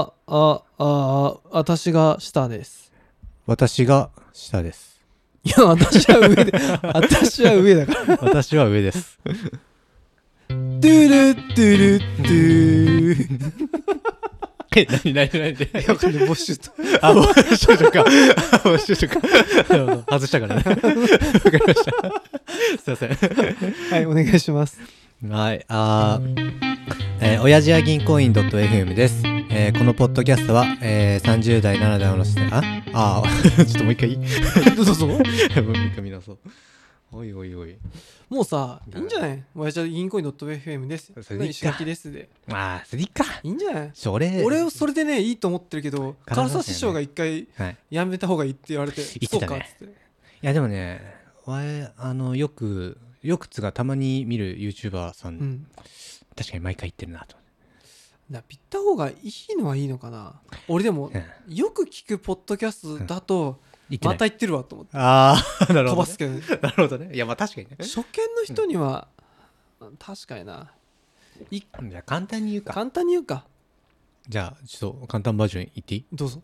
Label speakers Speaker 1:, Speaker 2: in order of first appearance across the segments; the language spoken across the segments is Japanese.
Speaker 1: あ、あ、私が下です。
Speaker 2: 私が下です。
Speaker 1: いや、私は上 で、私は上だから。
Speaker 2: 私は上です。
Speaker 1: トゥルトゥルトゥー。
Speaker 2: え、なになになに
Speaker 1: や、これ、ボッシュと。
Speaker 2: あ、もう少女か。あもう少女か。なるほど外したからね。わかりました。すいま
Speaker 1: はい、お願いします。
Speaker 2: せん。はい、あーえー、親父や銀行員 .fm です。えーこのポッドキャストは、えー、30代、7代をのして、ああ ーちょっともう一回いい も
Speaker 1: どうぞ。
Speaker 2: う一回見直そう。おいおいおい。
Speaker 1: もうさ、いいんじゃない親父は銀行員 .fm です。
Speaker 2: それでいいか
Speaker 1: 石垣ですで。
Speaker 2: まあ、それいいか。
Speaker 1: いいんじゃない
Speaker 2: それ、
Speaker 1: 俺をそれでね、いいと思ってるけど、
Speaker 2: 唐沢
Speaker 1: 唐沢師匠が一回
Speaker 2: はい。
Speaker 1: やめた方がいいって言われて、
Speaker 2: 言ってたね
Speaker 1: そうかっつって。
Speaker 2: いやでもねわえあのよくよくつがたまに見る YouTuber さ
Speaker 1: う
Speaker 2: ん、
Speaker 1: ん。
Speaker 2: 確かに毎回言ってるなと
Speaker 1: だピッた方がいいのはいいのかな俺でも
Speaker 2: 思って、うん
Speaker 1: よく聞くポッドキャストだと
Speaker 2: 言ってな
Speaker 1: ま
Speaker 2: い
Speaker 1: た言ってるわと思って
Speaker 2: ああ なる
Speaker 1: 飛
Speaker 2: ほど、
Speaker 1: ば
Speaker 2: ね
Speaker 1: す、けどね
Speaker 2: なるほどねいやまあ確かにね
Speaker 1: 初見の人には確かにな
Speaker 2: じゃあ簡単に言うか
Speaker 1: 簡単に言うか
Speaker 2: じゃあちょっと簡単バージョン言っていい
Speaker 1: どうぞ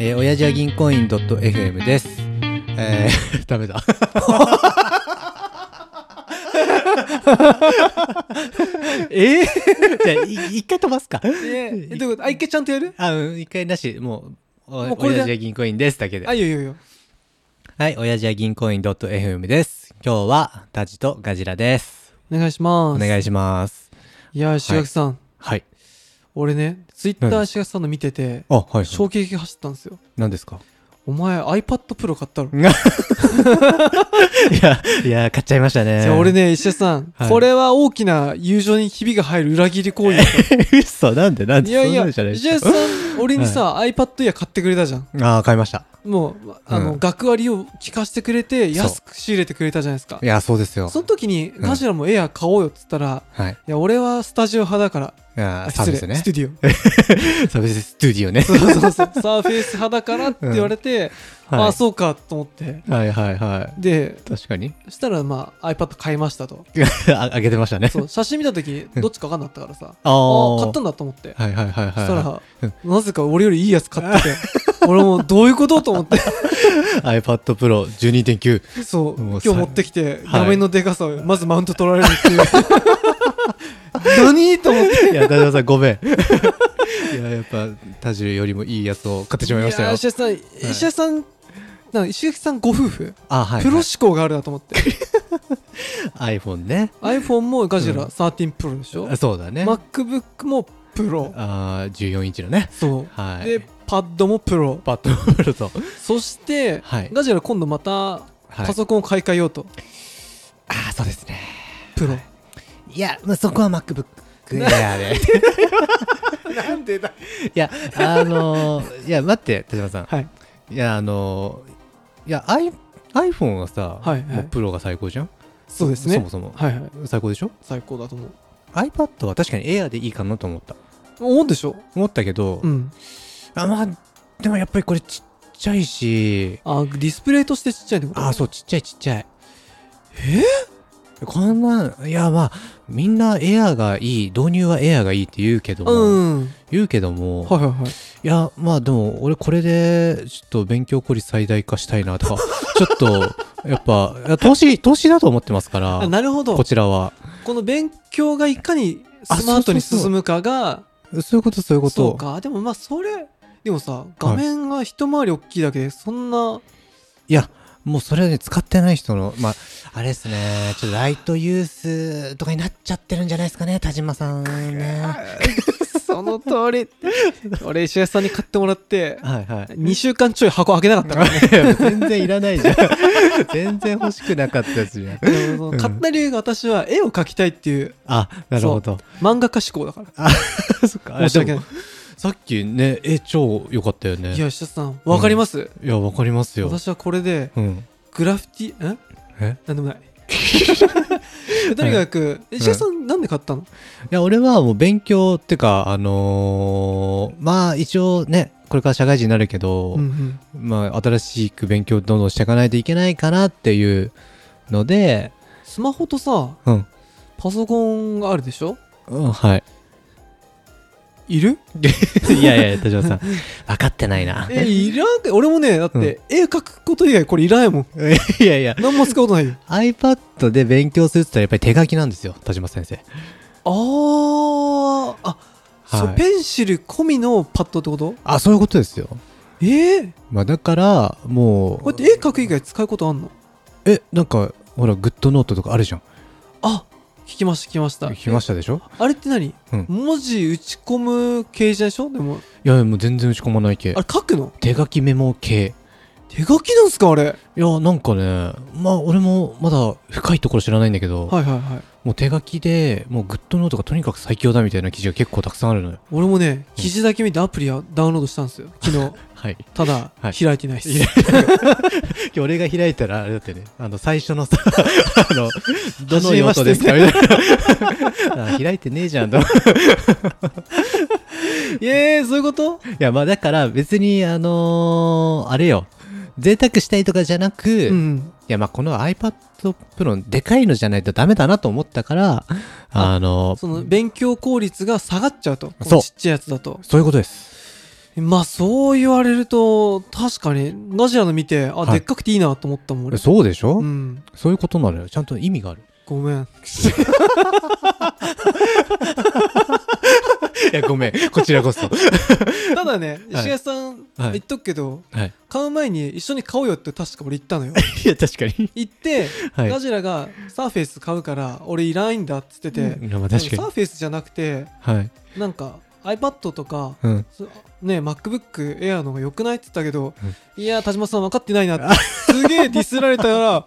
Speaker 2: えー、親父は銀行員 .fm ですえー、 ダメだ
Speaker 1: ええ
Speaker 2: じゃあい一回飛ばすか
Speaker 1: えどういうことあ一回ちゃんとやる
Speaker 2: あうん一回なしもうお
Speaker 1: もうこれで
Speaker 2: 親父は銀行員ですだけで
Speaker 1: あいいよいいよいいよ
Speaker 2: はい親父は銀行員 .fm です今日はタジとガジラです
Speaker 1: お願いしま
Speaker 2: お
Speaker 1: す
Speaker 2: 願いします
Speaker 1: いやー石垣さん、
Speaker 2: はい
Speaker 1: 俺ねツイッタ
Speaker 2: 何
Speaker 1: ー
Speaker 2: で
Speaker 1: 石垣さんの見てて
Speaker 2: あ、はい。
Speaker 1: 衝撃が走ったんですよ
Speaker 2: 何ですか
Speaker 1: お前 iPadPro 買ったろ、
Speaker 2: いや、いや、買っちゃいましたね。
Speaker 1: じゃあ俺。ね石垣さん、
Speaker 2: はい
Speaker 1: これは大きな友情にひびが入る裏切り 行為だと
Speaker 2: 嘘なんでなんで
Speaker 1: いやいや、
Speaker 2: そんなんじゃないで
Speaker 1: 石
Speaker 2: すか
Speaker 1: 橋さん、俺にさ、iPad イヤー買ってくれたじゃん。
Speaker 2: ああ、買いました。
Speaker 1: もう、あの、
Speaker 2: うん
Speaker 1: 学割を聞かせてくれて、
Speaker 2: そう
Speaker 1: 安く仕入れてくれたじゃないですか
Speaker 2: い。や、そうですよ。
Speaker 1: その時に、ガジラもエアー買おうよっつったら、
Speaker 2: はい。い
Speaker 1: いや、俺はスタジオ派だから、
Speaker 2: や
Speaker 1: あ
Speaker 2: サ
Speaker 1: 失
Speaker 2: ービ
Speaker 1: 礼、
Speaker 2: ス
Speaker 1: ス
Speaker 2: ね
Speaker 1: タ。ジオ。
Speaker 2: サービススタジオね。
Speaker 1: そうそうそう、サーフェイス派だからって言われて、ああ、そうかと思って。
Speaker 2: い。はいはいは
Speaker 1: で、
Speaker 2: い。確かに。
Speaker 1: そしたら、まあ、iPad 買いましたと。
Speaker 2: ああげてましたね。
Speaker 1: そう、写真見た時、どっちか分かんなかったからさ、
Speaker 2: あ
Speaker 1: ああ、
Speaker 2: ー
Speaker 1: 買ったんだと思って。
Speaker 2: はいはいはい
Speaker 1: そした
Speaker 2: は
Speaker 1: ら、なぜか俺よりいいやつ買って て、俺もどういうことと思って。
Speaker 2: い。iPad Pro 12.9。
Speaker 1: そう
Speaker 2: も
Speaker 1: 今
Speaker 2: う
Speaker 1: 日
Speaker 2: さ
Speaker 1: 持ってきて
Speaker 2: はい
Speaker 1: 画面のでかさをまずマウント取られるっていう 何と思って
Speaker 2: いや、田島さんごめん。 いや、やっぱ、田島よりもいいやつを買ってしまいました
Speaker 1: いや
Speaker 2: よ。
Speaker 1: 石垣さん、石垣さんなんか石垣さんご夫婦、
Speaker 2: あ、はい。
Speaker 1: プロ思考があるなと思って
Speaker 2: iPhone ね。
Speaker 1: iPhone もガジラ
Speaker 2: うん
Speaker 1: 13 Pro でしょ、
Speaker 2: あそうだね。
Speaker 1: MacBook も Pro
Speaker 2: あー14インチのね。
Speaker 1: そう、
Speaker 2: はい。
Speaker 1: で、パッドも Pro
Speaker 2: パッドプロと。
Speaker 1: そして、
Speaker 2: はい
Speaker 1: ガジラ今度また
Speaker 2: はい
Speaker 1: パソコンを買い替えようと、
Speaker 2: ああ、そうですね。
Speaker 1: プロ
Speaker 2: いや、まあ、そこは MacBook Air で。
Speaker 1: なんでだ
Speaker 2: いや、あのー、いや、待って、田島さん。
Speaker 1: はい
Speaker 2: いや、あのー、いや、I、iPhone はさ、
Speaker 1: はいはい
Speaker 2: もうプロが最高じゃん
Speaker 1: そうですね
Speaker 2: そもそも。
Speaker 1: はいはい
Speaker 2: 最高でしょ
Speaker 1: 最高だと思う
Speaker 2: ?iPad は確かに Air でいいかなと思った。
Speaker 1: 思うでしょ
Speaker 2: 思ったけど、
Speaker 1: うん
Speaker 2: あまあ、でもやっぱりこれちっちゃいし、
Speaker 1: あディスプレイとしてちっちゃいってこと
Speaker 2: ああ、そう、ちっちゃいちっちゃい。えこんな、いや、まあ、みんな Air がいい、導入は Air がいいって言うけども、
Speaker 1: うん
Speaker 2: 言うけども、
Speaker 1: はいはいはい。
Speaker 2: いや、まあでも、俺これで、ちょっと勉強効率最大化したいなとか、 ちょっと、やっぱ、いや投資、投資だと思ってますから
Speaker 1: あ、なるほど
Speaker 2: こ。ちらは。
Speaker 1: この勉強がいかにスマートに進むかが、
Speaker 2: そういうこと、そういうこと。
Speaker 1: そうか。でもまあそれ、でもさ、画面が一回り大きいだけで、そん な、
Speaker 2: いや、もうそれはね、使ってない人の、まあ、あれですね、ちょっとライトユースとかになっちゃってるんじゃないですかね、田島さんね。
Speaker 1: その通 り。俺、石橋さんに買ってもらって、
Speaker 2: はいはい。
Speaker 1: 2週間ちょい箱開けなかったからね。
Speaker 2: 全然いらないじゃん。 全然欲しくなかったやつじゃん。
Speaker 1: でもその買った理由が私は絵を描きたいっていう
Speaker 2: あ、なるほど。
Speaker 1: 漫画家志向だから。
Speaker 2: そっか
Speaker 1: 申し訳ない。
Speaker 2: さっきね、え、超良かったよね。
Speaker 1: いや、石橋さん、わかります
Speaker 2: いや、わかりますよ。
Speaker 1: 私はこれで、
Speaker 2: うん。
Speaker 1: グラフィティ、ん
Speaker 2: え
Speaker 1: なんで もない。とにかく、石橋さん、なんで買ったの
Speaker 2: いや、俺はもう勉強ってか、あのーまあ一応ね、これから社会人になるけど、
Speaker 1: うんうん
Speaker 2: まあ新しく勉強どんどんしていかないといけないかなっていうので、
Speaker 1: スマホとさ
Speaker 2: うん、
Speaker 1: パソコンがあるでしょ
Speaker 2: うん、はい。
Speaker 1: いる
Speaker 2: いやいや、田島さん。 分かって ない な。
Speaker 1: え、いらん俺もね、だって、絵描くこと以外これいらないもん。
Speaker 2: いやいや、
Speaker 1: 何も使うことないよ。
Speaker 2: iPad で勉強するって言ったらやっぱり手書きなんですよ、田島先生。
Speaker 1: あー、あ、そう
Speaker 2: はい
Speaker 1: ペンシル込みのパッドってこと
Speaker 2: あ、そういうことですよ。
Speaker 1: えー、
Speaker 2: まあだから、も
Speaker 1: こ
Speaker 2: う
Speaker 1: う、やって絵描く以外使うことあんの
Speaker 2: え、なんか、ほら、グッドノートとかあるじゃん。
Speaker 1: あ、聞きました、聞きました。
Speaker 2: 聞きましたでしょ
Speaker 1: えあれって何、
Speaker 2: うん
Speaker 1: 文字打ち込む系じゃないでしょでも、
Speaker 2: いや、もう全然打ち込まない系
Speaker 1: あ。れ書くの
Speaker 2: 手書きメモ系。
Speaker 1: 手書きなんすかあれ。はい
Speaker 2: いや、なんかね、まあ俺もまだ深いところ知らないんだけど、
Speaker 1: はいはい。
Speaker 2: もう手書きで、もうグッドノートがとにかく最強だみたいな記事が結構たくさんあるのよ。
Speaker 1: 俺もね、記事だけ見てアプリをダウンロードしたんですよ。昨日。
Speaker 2: はい。
Speaker 1: ただ、
Speaker 2: はい
Speaker 1: 開いてないっす。
Speaker 2: いや俺が開いたら、あれだってね、あの、最初のさ、あの、どの用途ですかみたいな。あ開いてねえじゃんと。い
Speaker 1: えー、そういうこと
Speaker 2: や、まあだから別に、あのーあれよ。贅沢したいとかじゃなく、
Speaker 1: う
Speaker 2: い
Speaker 1: ん。
Speaker 2: や、まあこの iPad Pro でかいのじゃないとダメだなと思ったから、
Speaker 1: あ
Speaker 2: あの
Speaker 1: その、勉強効率が下がっちゃうと。
Speaker 2: そう
Speaker 1: ちっちゃいやつだと。
Speaker 2: そういうことです。
Speaker 1: まあ、そう言われると、確かに、ナジラの見て、あ、
Speaker 2: はい
Speaker 1: でっかくていいなと思ったもん、俺。
Speaker 2: そうでしょ、
Speaker 1: うん。
Speaker 2: そういうことなのよ。ちゃんと意味がある。
Speaker 1: ごめん。
Speaker 2: いや、ごめん。こちらこそ。
Speaker 1: ただね、
Speaker 2: はい
Speaker 1: 石井さん、
Speaker 2: はい
Speaker 1: 言っとくけど、
Speaker 2: はい。
Speaker 1: 買う前に一緒に買おうよって確か俺言った のよ。
Speaker 2: いや、確かに。
Speaker 1: 行って、
Speaker 2: はい。
Speaker 1: ナジラがサーフェイス買うから、俺いらないんだっつってて、
Speaker 2: うんまあ
Speaker 1: なんか
Speaker 2: 確
Speaker 1: サ
Speaker 2: か
Speaker 1: ーフェイスじゃなくて、
Speaker 2: に。はい。
Speaker 1: なんか iPad とか、
Speaker 2: うん。
Speaker 1: そね、MacBook Air の方が良くないって言ったけど、
Speaker 2: うん
Speaker 1: いやー田島さん分かってないなってすげえディスられた ら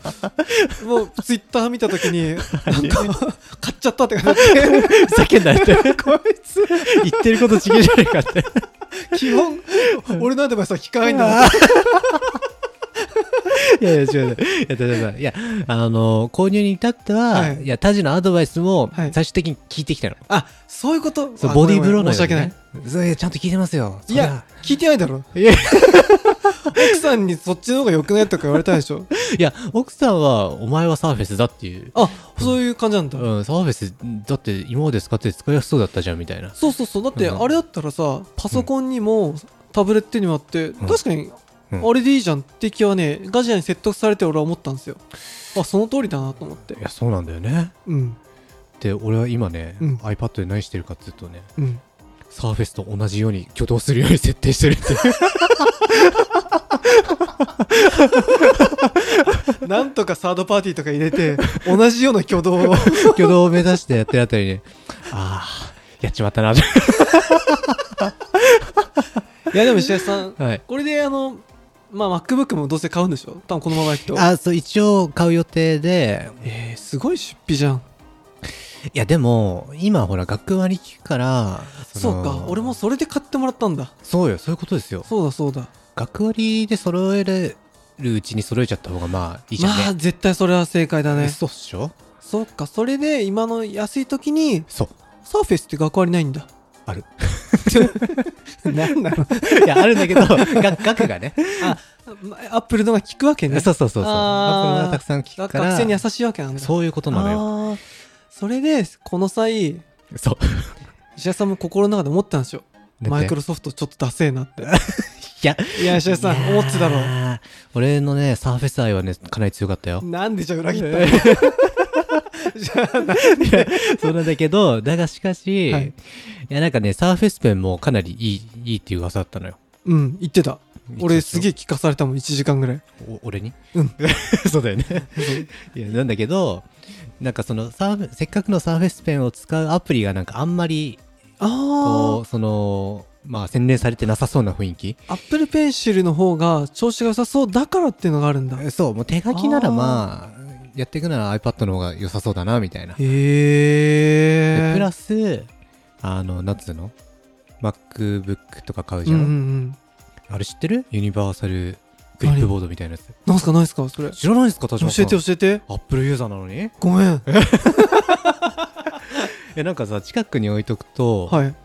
Speaker 1: もう Twitter 見た時になんか買っちゃったって感じで
Speaker 2: 叫んだって。 こいつ。言ってること違うじゃないかって。
Speaker 1: 基本俺のアドバイスは聞かないんだな
Speaker 2: いやいや、違う違う。いや、田島さん。いや、あの、購入に至っては、、
Speaker 1: はいい
Speaker 2: や、タジのアドバイスも、
Speaker 1: はい
Speaker 2: 最終的に聞いてきたの。
Speaker 1: あそういうこと
Speaker 2: そう
Speaker 1: あ
Speaker 2: ボディーブロー
Speaker 1: ごめんごめ
Speaker 2: のように
Speaker 1: ん申し訳ない
Speaker 2: ね、そういや、ちゃんと聞いてますよ。
Speaker 1: いや聞いてないだろ
Speaker 2: そりゃ。いや、
Speaker 1: 奥さんにそっちの方が良くないとか言われたでしょ
Speaker 2: いや、奥さんは、お前はサーフェスだっていう。
Speaker 1: あそういう感じなんだ、
Speaker 2: うん、サーフェス、だって、今まで使ってて使いやすそうだったじゃん、みたいな。
Speaker 1: そうそうそうだって
Speaker 2: うん
Speaker 1: あれだったらさパソコンにもタブレットにもあって、
Speaker 2: ん
Speaker 1: 確かに
Speaker 2: うん
Speaker 1: あれでいいじゃんって気はねガジラに説得されて俺は思ったんですよあその通りだなと思って
Speaker 2: いや、そうなんだよね。
Speaker 1: うん
Speaker 2: で、俺は今ね、
Speaker 1: うん
Speaker 2: iPad で何してるかっていうとね、
Speaker 1: うん
Speaker 2: サーフェスと同じように挙動するように設定してるっていう。
Speaker 1: なんとかサードパーティーとか入れ て同じような挙動を
Speaker 2: 挙動を目指してやってるあたりに、ああ、やっちまったな、はい
Speaker 1: やでも石橋さん
Speaker 2: い。
Speaker 1: これであのまあ MacBook もどうせ買うんでしょ多分このまま行くと
Speaker 2: あ、そう、一応買う予定で、
Speaker 1: えー、すごい出費じゃん
Speaker 2: いや、でも、今ほら、学割聞くから、
Speaker 1: そ
Speaker 2: の
Speaker 1: うか俺も、それで買ってもらったんだ
Speaker 2: そうよ、そういうことですよ。
Speaker 1: そうだそうだ
Speaker 2: 学割で揃えれるうちに揃えちゃった方が、まあ、いいじゃんね。
Speaker 1: まあ絶対それは正解だね
Speaker 2: そうっしょ
Speaker 1: そっかそれで今の安い時に
Speaker 2: そう。
Speaker 1: サーフェイスって学割ない んだ
Speaker 2: ある。
Speaker 1: 何なの
Speaker 2: いや、あるんだけど、が額が ね。
Speaker 1: あ アップルのが効くわけね
Speaker 2: そうそうそうそう。
Speaker 1: あー
Speaker 2: 学がたくさん聞く
Speaker 1: 学
Speaker 2: から。
Speaker 1: 生に優しいわけなんだ
Speaker 2: そういうことなのよ。
Speaker 1: あーそれでこの際
Speaker 2: そう。
Speaker 1: 石田さんも心の中で思ってたんですよ マイク
Speaker 2: ロ。
Speaker 1: ロソフトちょっとダセえなって
Speaker 2: いや、
Speaker 1: いや石田さん思ってたろ
Speaker 2: ろ。俺のね、サーフェス愛はね、かなり強かったよ。
Speaker 1: なんでじゃあ裏切ったの じゃあなんで
Speaker 2: そうなんだけど、だがしかし、
Speaker 1: はい
Speaker 2: い、やなんかね、サーフェスペンもかなりいい、いいっていう噂だったのよ。
Speaker 1: うん言ってた俺すげえ
Speaker 2: え。
Speaker 1: 聞かされたもん1時間ぐらい
Speaker 2: お俺に
Speaker 1: うん
Speaker 2: そうだよね。いや、なんだけど、なんかそのサーフェ、せっかくのサーフェスペンを使うアプリがなんかあんまり、こ
Speaker 1: あ
Speaker 2: う、その、まあ洗練されてなさそうな雰囲気。
Speaker 1: あアップルペンシルの方が調子が良さそうだからっていうのがあるんだへ
Speaker 2: そう、もう手書きなら
Speaker 1: あー
Speaker 2: まあ、やっていくなら iPad の方が良さそうだな、みたいな。で
Speaker 1: え
Speaker 2: プラス、あの、なんつうの ?MacBook とか買うじ
Speaker 1: う
Speaker 2: ゃ
Speaker 1: んうんうん
Speaker 2: あれ知ってるユニバーサルクリップボードみたいなやつ。
Speaker 1: なんすかないすかそれ教
Speaker 2: 知らないですか田島さ
Speaker 1: え
Speaker 2: ん。
Speaker 1: て教えて
Speaker 2: アップルユーザーなのに
Speaker 1: ごめん
Speaker 2: え、なんかさ、近くに置いとくと、
Speaker 1: はい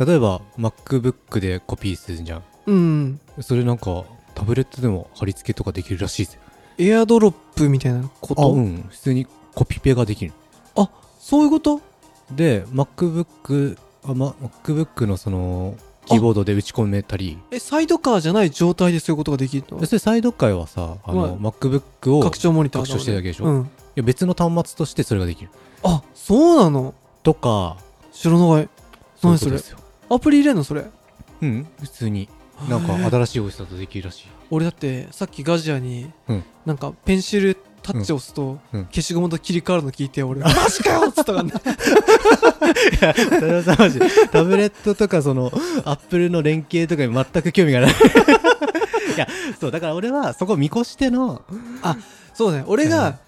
Speaker 2: 例えば MacBook でコピーするじゃん。
Speaker 1: うんうん
Speaker 2: それなんか、タブレットでも貼り付けとかできるらしいぜ。
Speaker 1: エアドロップみたいなこ
Speaker 2: あ、
Speaker 1: と
Speaker 2: うん。普通にコピペができる。
Speaker 1: あそういうこと
Speaker 2: で、MacBook あ、ま、MacBook のそのキーボードで打ち込めたり
Speaker 1: えサイドカーじゃない状態でそういうことができるの
Speaker 2: でそれサイド界はさあの、MacBook をい
Speaker 1: 拡張モニターだもんね
Speaker 2: 拡張してるだけでしょ
Speaker 1: うん、
Speaker 2: や別の端末としてそれができる
Speaker 1: あそうなの
Speaker 2: とか
Speaker 1: 知らない
Speaker 2: そうい
Speaker 1: 何
Speaker 2: うこ
Speaker 1: そ
Speaker 2: と
Speaker 1: れ
Speaker 2: ですよ
Speaker 1: アプリ入れんのそれ
Speaker 2: うん普通になんか新しい OS だとできるらしい
Speaker 1: 俺だってさっきガジアに、
Speaker 2: うん
Speaker 1: なんかペンシルタッチ押すと、
Speaker 2: うんうん
Speaker 1: 消しゴムと切り替わるの聞いて俺マジかよっつったからね
Speaker 2: タラさんマジタブレットとかそのアップルの連携とかに全く興味がない いやそうだから俺はそこ見越しての
Speaker 1: そうだね俺
Speaker 2: うん
Speaker 1: が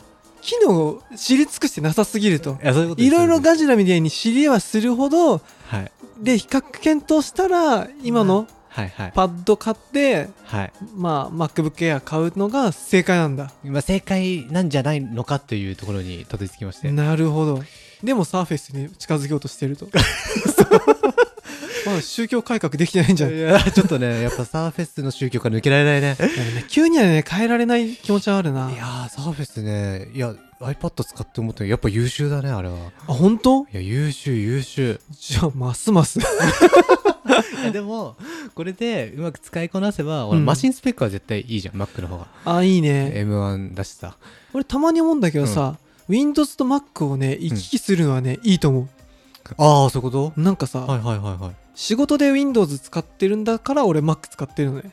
Speaker 1: 機能を知り尽くしてなさすぎると
Speaker 2: いやそういうことで
Speaker 1: い
Speaker 2: す
Speaker 1: ろいろガジラみたいに知りはするほど
Speaker 2: はい
Speaker 1: で比較検討したら今の
Speaker 2: はいはい
Speaker 1: パッド買って、
Speaker 2: はい、
Speaker 1: まあ、MacBook Air 買うのが正解なんだ
Speaker 2: まあ、正解なんじゃないのかというところにたどり着きまして
Speaker 1: なるほどでもサーフェイスに近づけようとしてる と まだ宗教改革できてないんじゃない
Speaker 2: いやちょっとねやっぱサーフェスの宗教から抜けられない ね
Speaker 1: でもね急にはね変えられない気持ちはあるない
Speaker 2: やーサーフェスねいや iPad 使って思ったけどやっぱ優秀だねあれは
Speaker 1: あ本当
Speaker 2: いや優秀優秀
Speaker 1: じゃあます ます
Speaker 2: いやでもこれでうまく使いこなせば、
Speaker 1: 俺マシ
Speaker 2: ンスペックは絶対いいじゃん Mac の方が
Speaker 1: あいいね
Speaker 2: M1 だしさ
Speaker 1: 俺たまに思うんだけどさ、Windows と Mac をね行き来するのはね、いいと思
Speaker 2: ああそういうこ
Speaker 1: うなんかさ、
Speaker 2: とはいはいはいはい
Speaker 1: 仕事で Windows 使ってるんだから俺 Mac 使ってるのね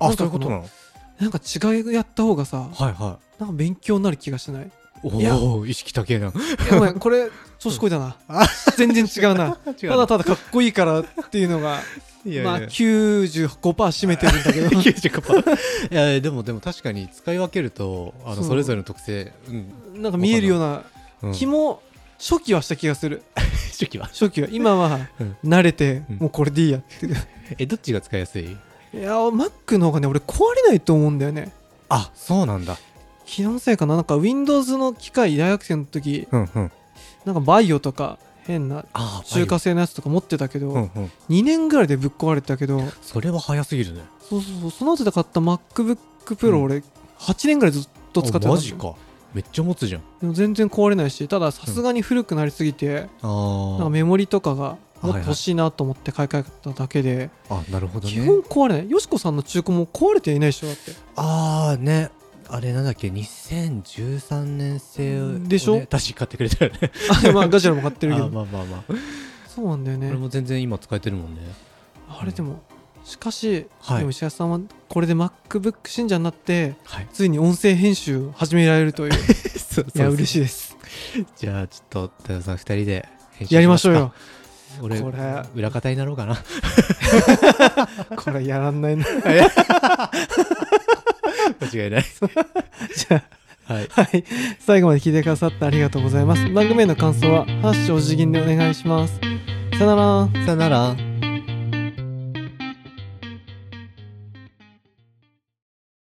Speaker 1: なん
Speaker 2: あ
Speaker 1: か
Speaker 2: そういうことなの
Speaker 1: なんか違いやった方がさ
Speaker 2: はいは
Speaker 1: なんか勉強になる気がしないい
Speaker 2: い
Speaker 1: や
Speaker 2: おお意識高えな
Speaker 1: いやごめんこ れ調子こい だな、全然違うな
Speaker 2: 違
Speaker 1: ただただかっこいいからっていうのが
Speaker 2: いやいや
Speaker 1: まあ95%占めてるんだ けど
Speaker 2: 90%いやいやでもでも確かに使い分けるとあの
Speaker 1: そう
Speaker 2: それぞれの特性うん
Speaker 1: なんか見えるような
Speaker 2: うん
Speaker 1: 気も初期はした気がする
Speaker 2: 初期は
Speaker 1: 初期は今は
Speaker 2: うん
Speaker 1: 慣れて
Speaker 2: うん
Speaker 1: もうこれでいいやって、
Speaker 2: えどっちが使いやすい
Speaker 1: いや Mac の方がね俺壊れないと思うんだよね
Speaker 2: あそうなんだ
Speaker 1: 気のせいかななんか Windows の機械大学生の時
Speaker 2: うんうん
Speaker 1: なんかバイオとか変な
Speaker 2: ああ
Speaker 1: 中華製のやつとか持ってたけど、
Speaker 2: うんうん
Speaker 1: 2年ぐらいでぶっ壊れたけど
Speaker 2: それは早すぎるね
Speaker 1: そうそうそうその後で買った MacBookPro
Speaker 2: うん
Speaker 1: 俺8年ぐらいずっと使ってた
Speaker 2: あ
Speaker 1: の
Speaker 2: マジかめっちゃ持つじゃん
Speaker 1: でも全然壊れないしたださすがに古くなりすぎて、
Speaker 2: あ
Speaker 1: なんか
Speaker 2: ー
Speaker 1: メモリとかがもっ
Speaker 2: はいは
Speaker 1: と
Speaker 2: い
Speaker 1: 欲しいなと思って買い替えただけで、
Speaker 2: あなるほど
Speaker 1: 基
Speaker 2: ね
Speaker 1: 本壊れないよしこさんの中古も壊れていないでしょだ って
Speaker 2: ああねあれなんだっけ2013年製をね
Speaker 1: でしょ
Speaker 2: 確か買ってくれたよね
Speaker 1: あまあガジラも買ってるけ
Speaker 2: あー
Speaker 1: ど
Speaker 2: まあまあまあ
Speaker 1: そうなんだよ
Speaker 2: こ
Speaker 1: ね
Speaker 2: れも全然今使えてるもんね
Speaker 1: あれでもしかし、
Speaker 2: はい
Speaker 1: でも石橋さんはこれで MacBook 信者になって
Speaker 2: はい
Speaker 1: ついに音声編集を始められる という
Speaker 2: そう
Speaker 1: いや嬉しいです
Speaker 2: いじゃあちょっと太陽さん2人で編集
Speaker 1: やりましょうよ
Speaker 2: すか俺
Speaker 1: これ
Speaker 2: 裏方になろう かな
Speaker 1: これやらんないな じ
Speaker 2: 間違いない
Speaker 1: ゃ
Speaker 2: はい
Speaker 1: あはい最後まで聞いてくださってありがとうございます番組への感想は「ハッシュお辞儀」でお願いしますさよなら
Speaker 2: さよなら